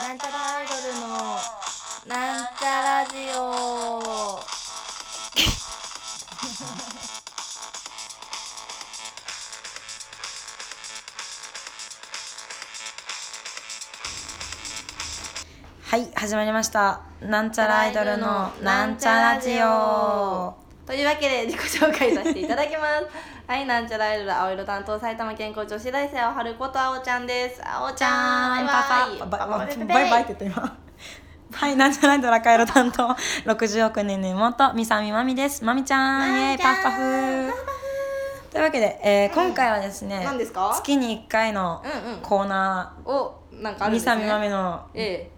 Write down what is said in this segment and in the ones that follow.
なんちゃらアイドルのなんちゃラジオはい始まりましたなんちゃらアイドルのなんちゃラジオというわけで自己紹介させていただきます はいなんちゃらアイドル青色担当埼玉健康女子大生をはることあおちゃんですあおちじゃゃーんんバパイパババイイババイイバイって言った今はいなんちゃらアイドル赤色担当60億年の妹みさみまみですまみちゃんイエーイパフパフというわけで、えー今回はですね、何ですか月に1回のうんうんコーナおなんかあるーんみですねさみまみのえ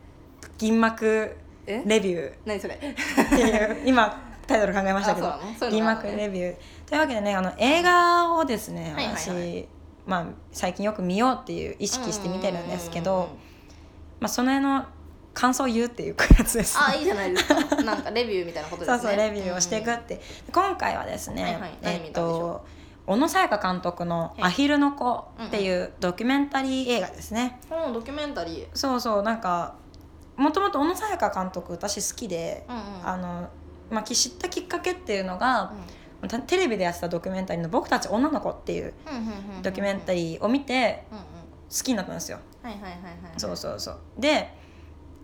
銀幕ええレビュー何それっていう今タイトル考えましたけどあそうなのそういう銀のがある幕のねレビューというわけでねあの映画をですねはいはいはい私、まあ、最近よく見ようっていう意識して見てるんですけうんうんうんどうん、まあ、その辺の感想を言うっていうやつです、あいいじゃないですかなんかレビューみたいなことです そねうそうレビューをしていくって、今回はですね、はいはいえ何見たんっでしょと小野さやか監督の「アヒルの子」っていうドキュメンタリー映画ですね、うんうんドキュメンタリーそうそうなんかもともと小野さやか監督私好きで、うんうんあのまあ、知ったきっかけっていうのが、うんたテレビでやってたドキュメンタリーの「僕たち女の子」っていうドキュメンタリーリーを見てうんうん好きになったんですよ。はいはいはいはいそうそうそうで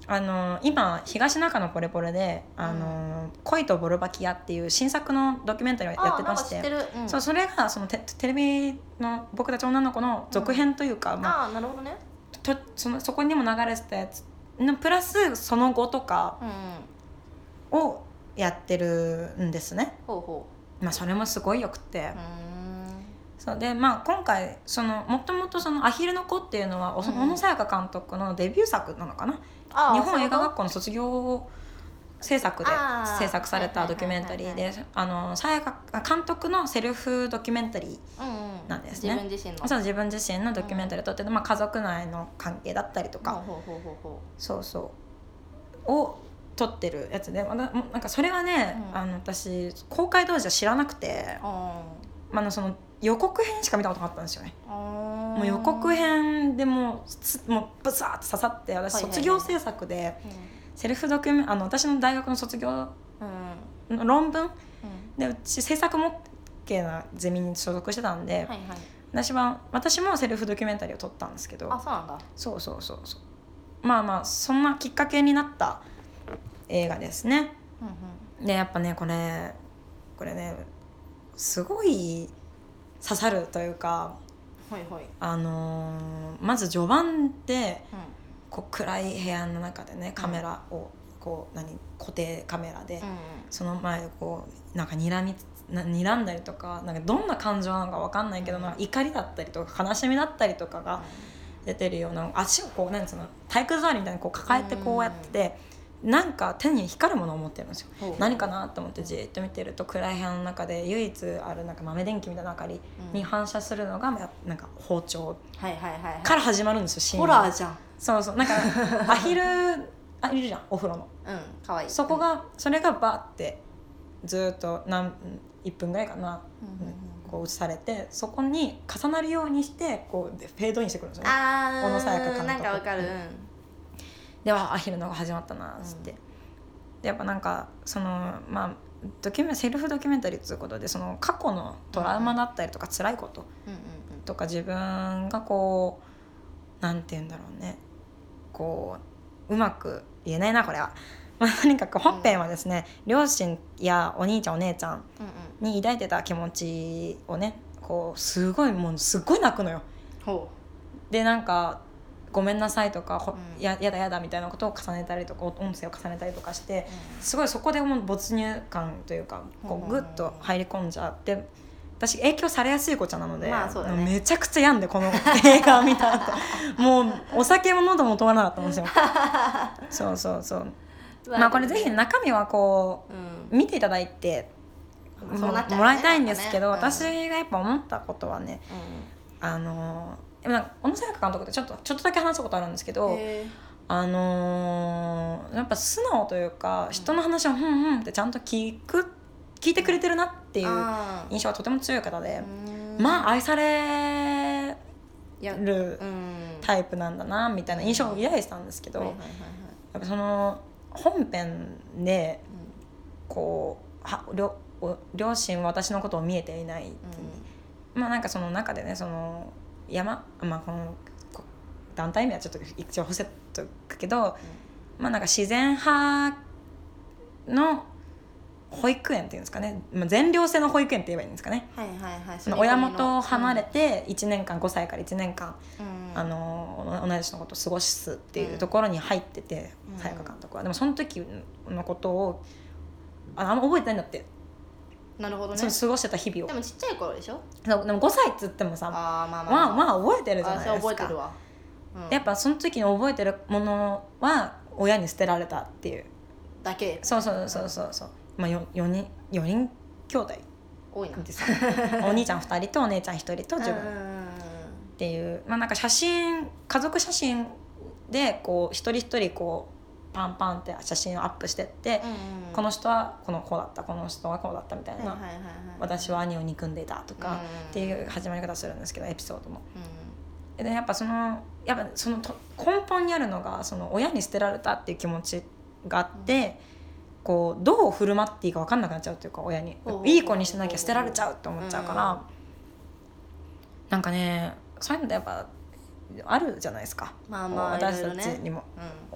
あの今東中のポレポレで「あの恋とボルバキア」っていう新作のドキュメンタリーをやってましてあーなんか知ってる、うんそうそれがそのテテレビの「僕たち女の子」の続編というか、まあ、ああなるほどねとそのそこにも流れてたやつのプラスその後とかうんうんをやってるんですね。ほうほまあ、それもすごいよくって、ううーんそうでまあ今回そのもともとその「アヒルの子」っていうのはおそうん小野さやか監督のデビュー作なのかな、あー日本映画そういう学こ校の卒業制作であー制作されたドキュメンタリーであのさやかあ監督のセルフドキュメンタリとうんうんなんですね自分自身のーそう自分自身のドキュメンタリーを撮ってて、まあ、家族内の関係だったりとか、ほうほうほうほそうそうを撮ってるやつでまだもうなんかそれはね、うんあの私公開当時は知らなくてう、ほまああの、その予告編しか見たことなかったんですよね。ううんもう予告編でもうつもうブサーッと刺さって私はいはいはい卒業制作でセルフドキュメンあの私の大学の卒業うんうんの論文うんでうち制作模型なゼミに所属してたんで、はいはい私は私もセルフドキュメンタリーを撮ったんですけどあそうなんだそうそうそうそうまあまあそんなきっかけになった映画ですねうんうんでやっぱねこれこれねすごい刺さるというかはいはいあのーまず序盤でうこう暗い部屋の中でねカメラをこう何固定カメラで、んうんその前でこうなんか睨みな睨んだりとかなんかどんな感情なのかわかんないけど、うんなんか怒りだったりとか悲しみだったりとかが出てるような足をこうなんつうの体育座りみたいにこう抱えてこうやってて、なんか手に光るものを持ってるんですよ。ほう何かなと思ってじーっと見てると暗い部屋の中で唯一あるなんか豆電球みたいな明かりに反射するのがやなんか包丁はいはいはいはいから始まるんですよシーンホがラーじゃんそうそうなんかアヒルあいるじゃんお風呂のうんかわいいそこがそれがバーってずーっと何1分ぐらいかな、うんうんうんこう映されてそこに重なるようにしてこうでフェードインしてくるんですよねあー小野さやか監督なんかわかるうんではアヒルのが始まったなっつって、でやっぱなんかそのまあドキュメセルフドキュメンタリーっつうことでその過去のトラウマだったりとか辛いことうんうんとか自分がこうなんて言うんだろうねこううまく言えないなこれは。 まあ、とにかく本編はですね、両親やお兄ちゃんお姉ちゃんうんうんに抱いてた気持ちをねこうすごいもうすっごい泣くのよ。ほでなんか「ごめんなさい」とか「ほうんややだやだ」みたいなことを重ねたりとか音声を重ねたりとかしてうすごいそこでもう没入感というかこううんうグんうんッと入り込んじゃって私影響されやすい子ちゃんなので、まあそうだねめちゃくちゃ病んでこの映画を見た後 もうお酒も喉も通らなかったんですよそうそうそううんまあこれぜひ中身はこうんう見ていただいてもそうなっちゃうよねもらいたいんですけど、やっぱね私がやっぱ思ったことはねあのーでもなんか小野さやか監督ってちょっとちょっとだけ話したことあるんですけうんど、へあのーやっぱ素直というか人の話を「ふんふん」ってちゃんと聞く聞いてくれてるなってーいうあー印象がとても強い方で、うんまあ愛されいやうんるタイプなんだなみたいな印象を抱いてたんですけど、はいはやいはいはいっぱその本編でこうは両お両親は私のことを見えていない、まあなんかその中でねその山まあこのこ団体名はちょっと一応伏せとくけど、まあなんか自然派の保育園っていうんですかね、まあ、全寮制の保育園って言えばいいんですかねうんうんはいはいはいその親元を離れて1年間5歳から1年間、あの同じ人のことを過ごすっていうところに入っててうんさやか監督はでもその時のことをああんま覚えてないんだって、なるほどねその過ごしてた日々をでもちっちゃい頃でしょそうでも5歳っつってもさまあーまああまああまあ覚えてるじゃあないそれで覚すえてるかわうんやっぱその時に覚えてるものは親に捨てられたっていうだけそうそうそうそうそうまあよ4人四人兄弟多いな ですよお兄ちゃん2人とお姉ちゃん1人と自うん分っうんうんうんていうまあなんか写真家族写真でこう一人一人こうパンパンって写真をアップしてって、うんうんこの人はこの子だったこの人はこうだったみたいな、はいはいはいはい私は兄を憎んでいたとか、うんっていう始まり方するんですけどエピソードも。うんでやっぱそのやっぱそのと根本にあるのがその親に捨てられたっていう気持ちがあって、こうどう振る舞っていいか分かんなくなっちゃうというか親にほうほうほういい子にしてなきゃ捨てられちゃうって思っちゃうから、うんなんかねそういうのってやっぱあるじゃないですか、まあまあ私いろいたろちねにも。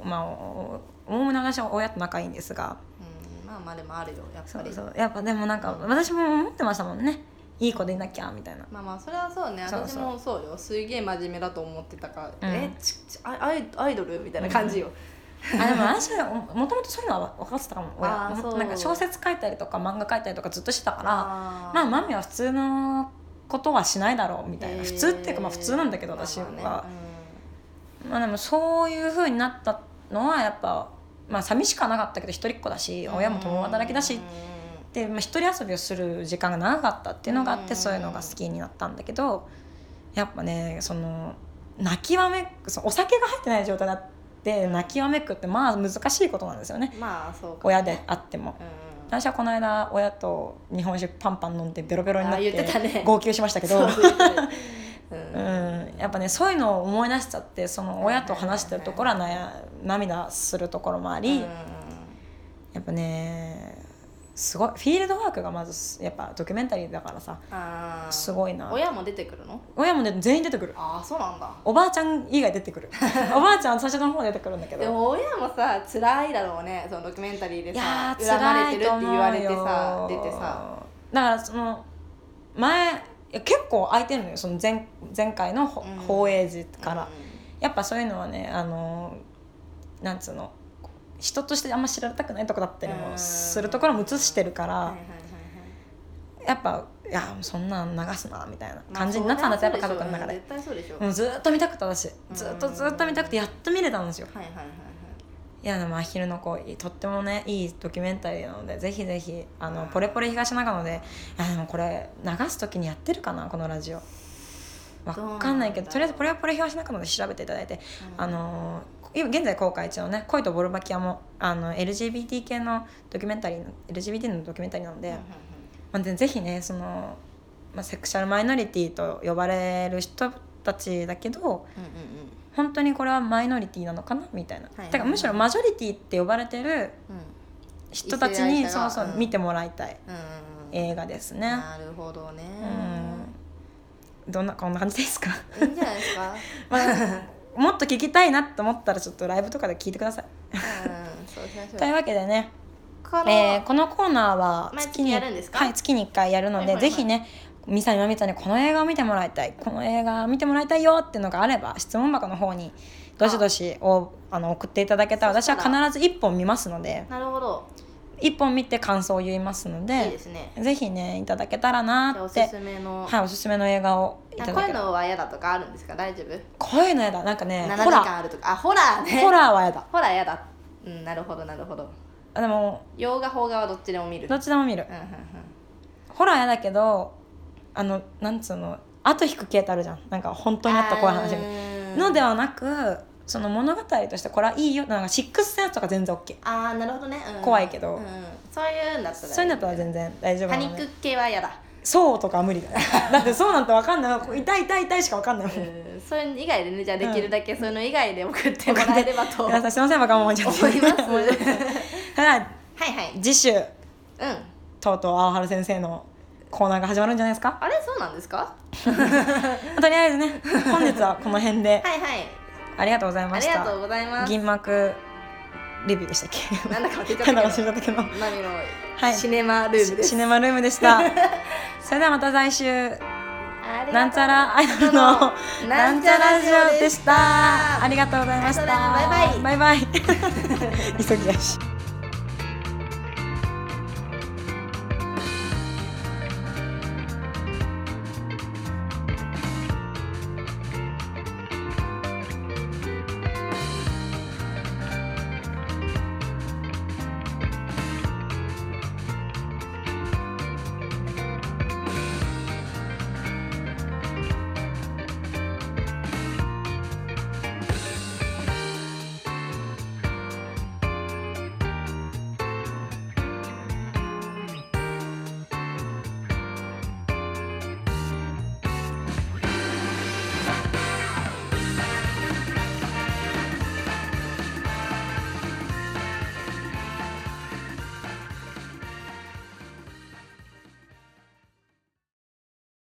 うんまあおおおおむね私は親と仲いいんですがうんまあまあでもあるよやっそぱりうそうやっぱでもなんか私も思ってましたもんねいい子でいなきゃみたいな。まあまあそれはそうねそう私そうもそうよすげえ真面目だと思ってたから、うんえちちあアイアイドルみたいな感じよ、 あでも私はももともとそういうのは分かってたかも親あーそうなんか小説書いたりとか漫画書いたりとかずっとしてたからあまあマミは普通のことはしないだろうみたいな普通っていうかまあ普通なんだけど私は、まあでもそういう風になったのはやっぱまあ寂しくはなかったけど一人っ子だし親も共働きだしで、まあ、一人遊びをする時間が長かったっていうのがあっうんてそういうのが好きになったんだけどやっぱねその泣きわめくそのお酒が入ってない状態だって泣きわめくってまあ難しいことなんですよね。まあそうか親であってもうん私はこの間親と日本酒パンパン飲んでベロベロになっあ言ってたねて号泣しましたけどそうそうそうう うんんやっぱねそういうのを思い出しちゃってその親と話してるところはな涙するところもあり、うんやっぱねすごいフィールドワークがまずやっぱドキュメンタリーだからさあーすごいな親も出てくるの親もね全員出てくるああそうなんだおばあちゃん以外出て くるおばあちゃん最初の方出てくるんだけでども親もさ辛いだろうねそのドキュメンタリーでいやさー恨まれ辛ているっとて思うよ言われてさ出てさだからその前いや結構空いてるのよその前前回のほうん放映時から、うやっぱそういうのはねあのなんつうの人としてあんま知られたくないとこだったりうんもするところも映してるから、んはいはいはいはいやっぱいやそんなん流すなみたいなまあ感じになったんだってやっぱ家そう族の中で、絶対そうでしょ、もうずっと見たくて私ずっとうんずっと見たくてやっと見れたんですよ、はいはいはいはいいやでも「アヒルの子」とってもねいいドキュメンタリーなのでぜひぜひあうんのポレポレ東中野であでもこれ流す時にやってるかなこのラジオどわうなんだろうかんないけどとりあえずポレポレ東中野で調べていただいて、うんあの今現在公開中のね「恋とボルバキアも」あの LGBT 系のドキュメンタリーの LGBT のドキュメンタリーなので、うんうんまあ、でぜひねその、まあ、セクシャルマイノリティと呼ばれる人たちだけどうんうん本当にこれはマイノリティなのかなみたいな、いはいはいだからむしろマジョリティって呼ばれてるうん人たち異性愛に者そがうそううん見てもらいたいうんうんうん映画ですね。なるほどねうん、どんなこんな感じですかいいんじゃないですかまあもっと聞きたいなと思ったらちょっとライブとかで聞いてく ださい。うんそうしましといょうわけでね、うからえーこのコーナーは毎月月にやるんですかはい、月に1回やるのはいで、はいはいぜひねミサにマミちゃんにこの映画を見てもらいたいこの映画を見てもらいたいよっていうのがあれば質問箱の方にどしどしおあの送っていただけたらそ私したはら必ず1本見ますのでなるほど1本見て感想を言いますのでいいですねぜひねいただけたらなじゃあおっすてすめのはい、おすすめの映画をいあたこだういけうたのは嫌だとかあるんですか大丈夫声の映画なんかね7時ホラ間あるとかあホラーーねホラーはやだホラー嫌だうんなるほどなるほどあでも洋画邦画はどっちでも見るどっちでも見るうんうんうんホラーやだけどあのなんつうの後引く系ってあるじゃんなんか本当にあった怖い話みたいなあーのではなくその物語としてこれはいいよなんかシックスセンスとか全然 OK ああなるほどね、うん怖いけどうんそういうんだったらそういうんだったら全然大丈夫パなニのッでク系は嫌だそうとかは無理だよ だってそうなんて分かんない痛い痛い痛いしか分かんないもんうんそれ以外でねじゃあできるだけそういうの以外で送ってもらえればと思いま皆さんすいませんバカもんちゃってすはい ただはい次週うんとうとう青春先生のコーナーが始まるんじゃないですかあれそうなんですかとりあえずね本日はこの辺ではいはいありがとうございあまりしたがとうございます銀幕レビューでしたっけなんだか忘れちゃっ なんだかた け忘れちどゃったけどマミのはいシネマルームですシネマルームでした それではまた来週ありがとうなんちゃらアイドルのなんちゃラジオでしたありがとうございましたありがとうございますバイバイバイバイ 急ぎやし